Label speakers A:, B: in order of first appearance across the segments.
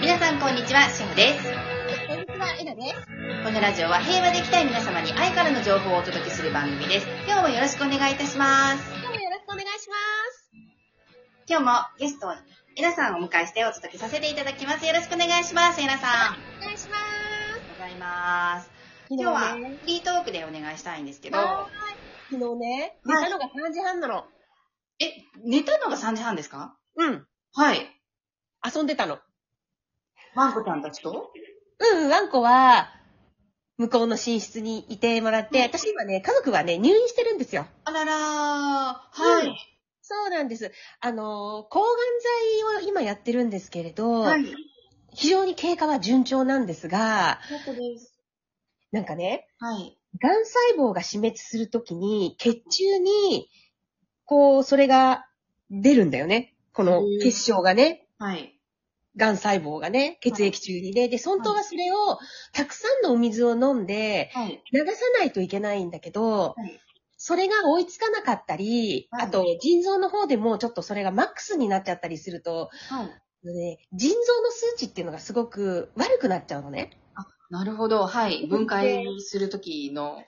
A: 皆さんこんにちは、しほです。
B: こんにちは、えなです。
A: このラジオは平和でいきたい皆様に愛からの情報をお届けする番組です。今日もよろしくお願いいたします。
B: 今日もよろしくお願いします。
A: 今日もゲストをえなさんをお迎えしてお届けさせていただきます。よろしくお願いします、えなさん。ありが
B: お願いします。
A: とうございます。今日はフリートークでお願いしたいんですけど、
B: は昨日ね、寝たのが3時半なの。
A: え、寝たのが3時半ですか
B: うん。
A: はい。
B: 遊んでたの。
A: マンコちゃんたちと
B: うん、ワンコは、向こうの寝室にいてもらって、
A: うん
B: 私今ね、家族はね、入院してるんですよ。
A: あららー。はい。
B: そうなんです。あのー、抗がん剤を今やってるんですけれど、
A: はい。よ
B: 非常に経過は順調なんですが、
A: かったです。
B: なんかね、
A: はい。
B: がん細胞が死滅するときに、血中に、こう、それが出るんだよね。この
A: へー
B: 結晶がね、
A: はい。
B: がん細胞がね、血液中にね。で、本当はそれを、たくさんのお水を飲んで、
A: はい。
B: 流さないといけないんだけど
A: はい、
B: それが追いつかなかったり、
A: はい
B: あと、腎臓の方でもちょっとそれがマックスになっちゃったりすると、
A: はい。
B: ね腎臓の数値っていうのがすごく悪くなっちゃうのね。
A: なるほど。はい。分解するときの。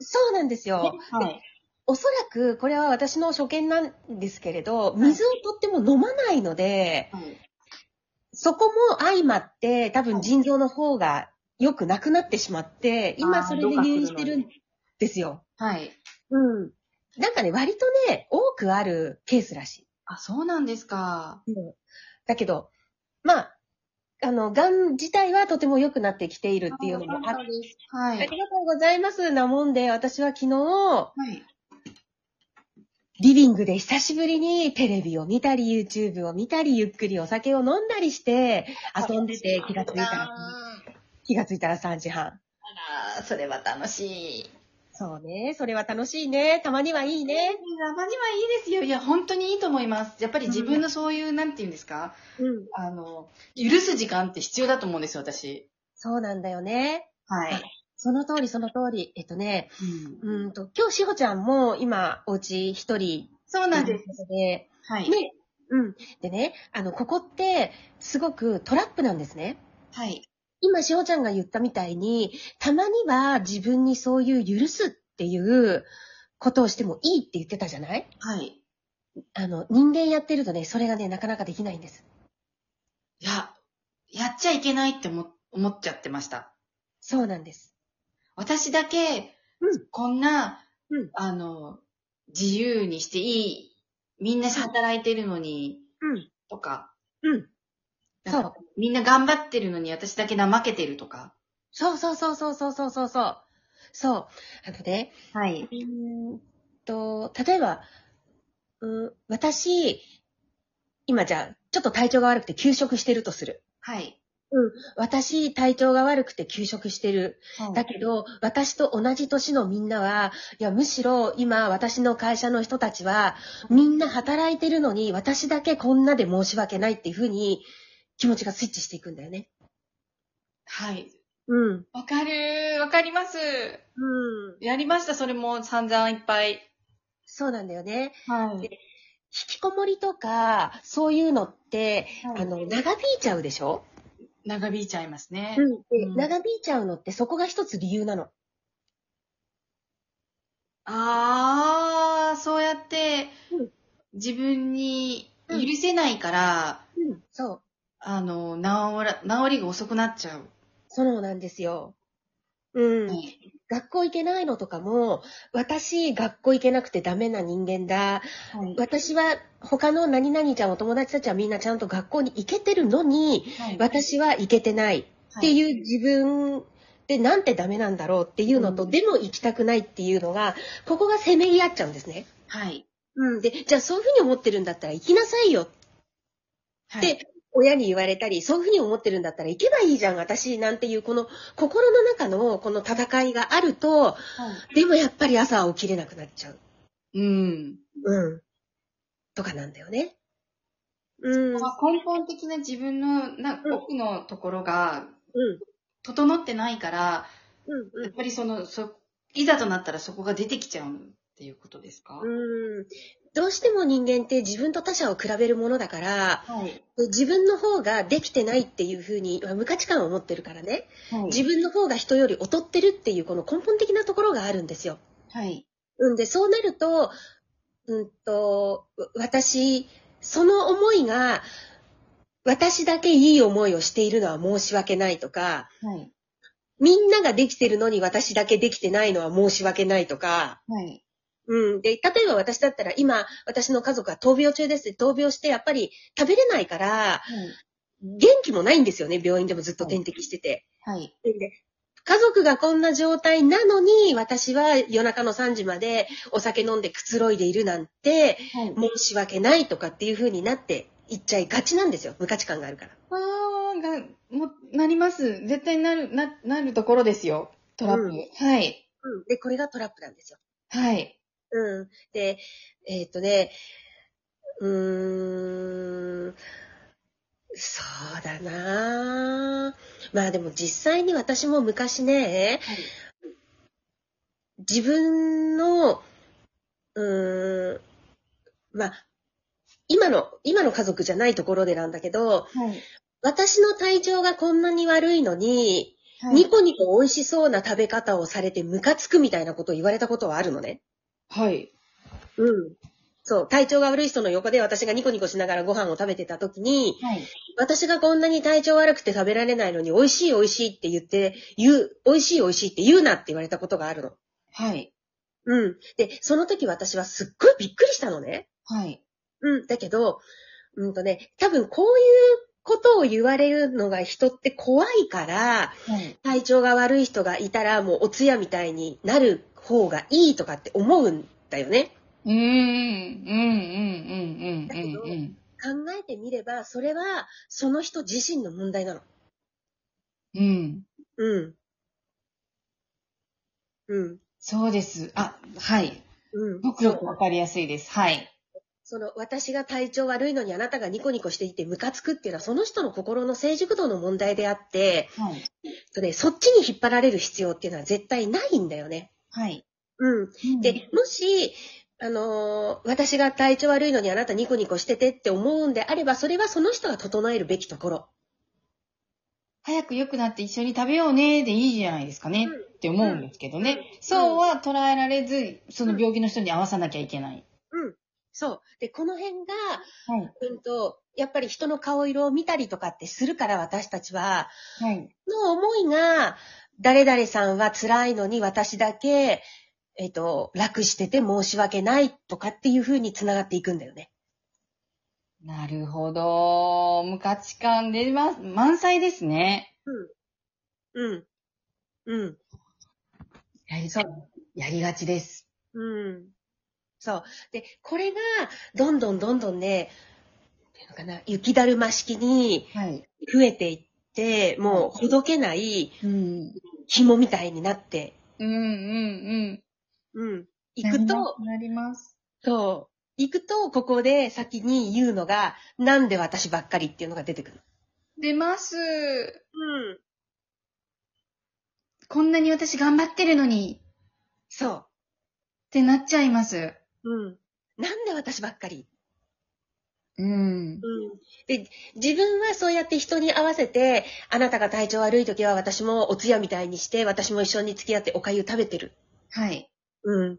B: そうなんですよ。
A: はい。
B: おそらく、これは私の所見なんですけれど、水をとっても飲まないので、
A: はい。
B: そこも相まって、多分腎臓の方が良くなくなってしまって、
A: あ
B: 今
A: ー
B: それで入院してるんですよ。
A: はい。
B: うん。なんかね、割とね、多くあるケースらし
A: あ、そうなんですか。
B: い。だけど、まあ、あの、癌自体はとても良くなってきているっていうのもあって、
A: は
B: あ
A: い。
B: りがとうございます。なもんで、私は昨日、
A: はい。
B: リビングで久しぶりにテレビを見たり、YouTube を見たり、ゆっくりお酒を飲んだりして、遊んでて気がついたら、
A: あ
B: 気がついたら3時半。
A: ら、それは楽しい。
B: そうね、それは楽しいね、たまにはいいね。
A: たまにはいいですよ。いや、本当にいいと思います。やっぱり自分のそういう、なんていうんですか
B: うん。
A: あの、許す時間って必要だと思うんですよ、私。
B: そうなんだよね。
A: はい。
B: その通り、その通り。えっとね、
A: うん
B: うーんと、今日しほちゃんも今、お家一人
A: そうなん
B: とい
A: で
B: う
A: す。
B: ことで、
A: はい。
B: ね、うん。でね、あの、ここって、すごくトラップなんですね。
A: はい。
B: 今、しほちゃんが言ったみたいに、たまには自分にそういう許すっていうことをしてもいいって言ってたじゃない
A: はい。
B: あの、人間やってるとね、それがね、なかなかできないんです。
A: いや、やっちゃいけないって思思っちゃってました。
B: そうなんです。
A: 私だけ、
B: うん
A: こんな、
B: うん
A: あの、自由にしていい、みんな働いてるのに、
B: うん。
A: とか、
B: うん。
A: な
B: そ
A: ん
B: う
A: か。みんな頑張ってるのに私だけ怠けてるとか。
B: そうそうそうそうそうそうそうそう。そう。あのね、
A: はい。
B: うーんと、例えば、うー私、今じゃあ、ちょっと体調が悪くて休職してるとする。
A: はい。
B: 私、体調が悪くて休職してる。だけど、私と同じ年のみんなは、いや、むしろ今、私の会社の人たちは、みんな働いてるのに、私だけこんなで申し訳ないっていうふうに、気持ちがスイッチしていくんだよね。
A: はい。
B: うん。
A: わかるわかります。
B: うん。
A: やりました、それも散々いっぱい。
B: そうなんだよね。
A: はい。
B: 引きこもりとか、そういうのって、
A: はい
B: あの、長引いちゃうでしょ
A: 長引いちゃいますね。
B: で
A: うん
B: 長引いちゃうのって、そこが一つ理由なの。
A: ああ、そうやって
B: うん、
A: 自分に許せないから、
B: うん。そう。
A: あの、治ら、治りが遅くなっちゃう。
B: そうなんですよ。うん。
A: はい
B: 学校行けないのとかも、私、学校行けなくてダメな人間だ。私は、他の何々ちゃん、お友達たちはみんなちゃんと学校に行けてるのに、
A: はい
B: 私は行けてないっていう自分でなんてダメなんだろうっていうのと、
A: うん
B: でも行きたくないっていうのが、ここがせめぎ合っちゃうんですね。
A: はい。
B: うん。で、じゃあそういうふうに思ってるんだったら行きなさいよ。
A: はい。
B: で、親に言われたり、そういうふうに思ってるんだったら行けばいいじゃん、私なんていう、この心の中のこの戦いがあると、
A: はい
B: でもやっぱり朝は起きれなくなっちゃう。
A: うん。
B: うん。とかなんだよね。うん。うん。
A: まあ根本的な自分のな
B: うん
A: 奥のところが整ってないから、
B: うん。う
A: や
B: ん
A: っぱりその、そいざとなったらそこが出てきちゃう。っていうことですか、
B: うん。どうしても人間って自分と他者を比べるものだから、
C: はい。
B: 自分の方ができてないっていうふうに、まあ無価値観を持ってるからね、
C: はい。
B: 自分の方が人より劣ってるっていうこの根本的なところがあるんですよ。
C: はい。
B: うんで、そうなると、うんと、わ私、その思いが、私だけいい思いをしているのは申し訳ないとか、
C: はい。
B: みんなができてるのに私だけできてないのは申し訳ないとか、
C: はい。
B: うん。で、例えば私だったら今、私の家族は闘病中です。闘病してやっぱり食べれないから、元気もないんですよね。病院でもずっと点滴してて。
C: はい。
B: で家族がこんな状態なのに、私は夜中の3時までお酒飲んでくつろいでいるなんて、
C: はい。
B: 申し訳ないとかっていう風になっていっちゃいがちなんですよ。無価値観があるから。
C: あーが、も、なります。絶対なる、な、なるところですよ。トラップ。
B: うん
C: はい。
B: うん。で、これがトラップなんですよ。
C: はい。
B: うん。で、えーっとね、うーん、そうだなあまあでも実際に私も昔ね、
C: はい
B: 自分の、うーん、まあ、今の、今の家族じゃないところでなんだけど、
C: はい。
B: 私の体調がこんなに悪いのに、
C: は
B: ニコニコ美味しそうな食べ方をされてムカつくみたいなことを言われたことはあるのね。
C: はい。
B: うん。そう、体調が悪い人の横で私がニコニコしながらご飯を食べてた時に、
C: はい。
B: 私がこんなに体調悪くて食べられないのに、美味しい美味しいって言って、言う、美味しい美味しいって言うなって言われたことがあるの。
C: はい。
B: うん。で、その時私はすっごいびっくりしたのね。
C: はい。
B: うん。だけど、うんとね、多分こういうことを言われるのが人って怖いから、
C: はい。
B: 体調が悪い人がいたらもうお通夜みたいになる方がいいとかって思うんだよね。
A: うーん、うん、うん、うん、うん、うん。
B: 考えてみれば、それは、その人自身の問題なの。
A: うん。
B: うん。うん。
A: そうです。あ、はい。
B: うん。
A: 僕よくわかりやすいです。はい。
B: その、私が体調悪いのにあなたがニコニコしていてムカつくっていうのは、その人の心の成熟度の問題であって、
A: はい。
B: でそっちに引っ張られる必要っていうのは絶対ないんだよね。
A: はい。
B: うん。で、もし、あのー私が体調悪いのにあなたニコニコしててって思うんであれば、それはその人が整えるべきところ。
A: 早く良くなって一緒に食べようねでいいじゃないですかね
B: うん
A: って思うんですけどね。そうは捉えられず、その病気の人に合わさなきゃいけない。
B: そう。で、この辺が、
A: はい。
B: うんと、やっぱり人の顔色を見たりとかってするから私たちは、
A: はい。
B: の思いが、誰々さんは辛いのに私だけ、えっ、と、楽してて申し訳ないとかっていう風に繋がっていくんだよね。
A: なるほど。無価値観で、ま、満載ですね。
B: うん。うん。
A: やりそう。やりがちです。
B: うん。そう。で、これが、どんどんどんどんね、っていうのかな、雪だるま式に
A: はい。
B: 増えていって、もうほどけない
A: うん。
B: 紐みたいになって、
A: うん、うん、
B: うん。
A: うん。
B: いくと、
A: なります。
B: そう。行くと、ここで先に言うのが、なんで私ばっかりっていうのが出てくる。
A: 出ます。
B: うん。
A: こんなに私頑張ってるのに、
B: そ
A: ってなっちゃいます。
B: う。うん。なんで私ばっかり。
A: うん。
B: うん。で、自分はそうやって人に合わせて、あなたが体調悪い時は私もお通夜みたいにして、私も一緒に付き合ってお粥食べてる。
A: はい。
B: うん。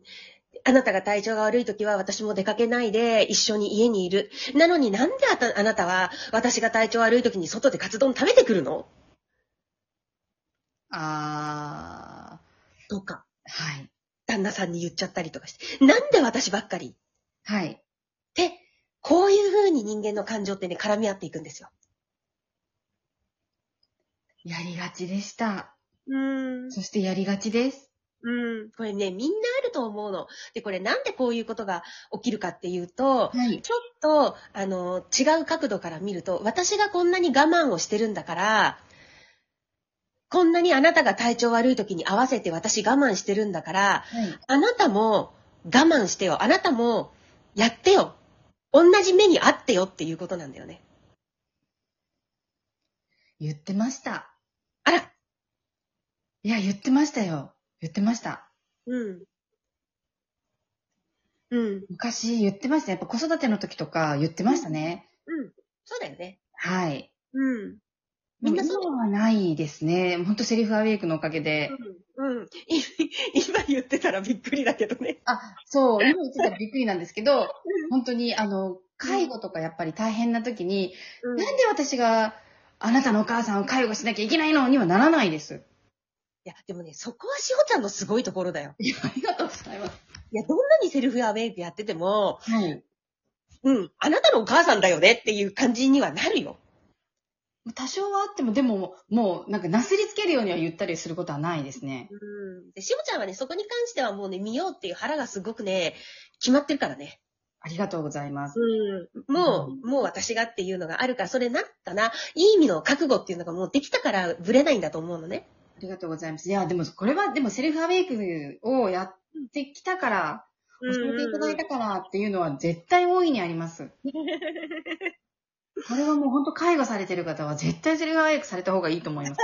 B: あなたが体調が悪い時は私も出かけないで一緒に家にいる。なのになんであたあなたは私が体調悪い時に外でカツ丼食べてくるの
A: あ
B: とか、
A: ー。はい。
B: 旦那さんに言っちゃったりとかして。なんで私ばっかり
A: はい。
B: で、こういう風に人間の感情ってね、絡み合っていくんですよ。
A: やりがちでした。
B: うん。
A: そしてやりがちです。
B: うん。これね、みんなあると思うの。で、これなんでこういうことが起きるかっていうと、
A: はい。
B: ちょっと、あの、違う角度から見ると、私がこんなに我慢をしてるんだから、こんなにあなたが体調悪い時に合わせて私我慢してるんだから、
A: はい。
B: あなたも我慢してよ。あなたもやってよ。同じ目にあってよっていうことなんだよね。
A: 言ってました。
B: あら。
A: いや、言ってましたよ。言ってました。
B: うん。うん。
A: 昔言ってました。やっぱ子育ての時とか言ってましたね。
B: うん。そうだよね。
A: はい。
B: うん。
A: み
B: みん
A: ん
B: な
A: な
B: そ
A: そううはないですね。ほんとセリフアウェイクのおかげで。
B: うん。うん。い 今言ってたらびっくりだけどね。
A: あ、 そう、今言ってたらびっくりなんですけど、本当にあの、介護とかやっぱり大変な時に、
B: う
A: なんで私があなたのお母さんを介護しなきゃいけないのにはならないです。
B: いや、でもね、そこはしほちゃんのすごいところだよ。
A: いや、ありがとうございます。
B: いや、どんなにセルフアウェイクやってても、
A: はい。
B: うん、あなたのお母さんだよねっていう感じにはなるよ。
A: 多少はあっても、でも、もう、なんか、なすりつけるようには言ったりすることはないですね。
B: うん。で、しほちゃんはね、そこに関してはもうね、見ようっていう腹がすごくね、決まってるからね。
A: ありがとうございます。
B: うん。もう、もう私がっていうのがあるから、それなんかな、いい意味の覚悟っていうのがもうできたからぶれないんだと思うのね。
A: ありがとうございます。いや、でも、これは、でも、セルフアウェイクをやってきたから、教えていただいたからっていうのは、絶対大いにあります。これはもう、本当介護されてる方は、絶対セルフアウェイクされた方がいいと思い ます。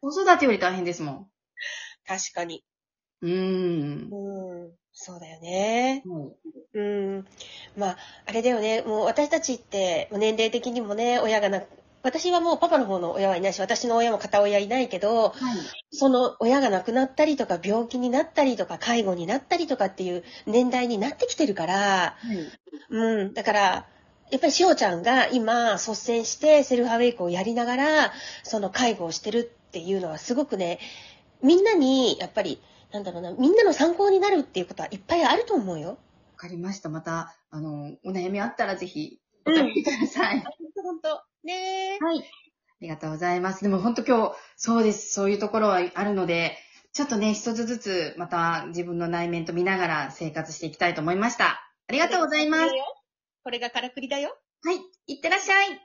A: 子育てより大変ですも
B: 確かに。
A: ん。うーん。
B: うん。そうだよね。
A: も
B: うん。まあ、あれだよね。もう私たちって、年齢的にもね、親がなく、私はもうパパの方の親はいないし、私の親も片親いないけ
A: う、、
B: ど
A: はい。
B: その親が亡くなったりとか、病気になったりとか、介護になったりとかっていう年代になってきてるか
A: は
B: ら、
A: い
B: うん。だから、やっぱりしおちゃんが今率先してセルフアウェイクをやりながら、その介護をしてるっていうのはすごくね、みんなに、やっぱり、なんだろうな、みんなの参考になるっていうことはいっぱいあると思うよ。
A: わかりました。また、あの、お悩みあったらぜひ、お便りください。
B: 本当本当。ねえ。
A: はい。ありがとうございます。でも本当今日、そうです。そういうところはあるので、ちょっとね、一つずつ、また自分の内面と見ながら生活していきたいと思いました。ありがとうございます。
B: これがからくりだよ。
A: はい。いってらっしゃい。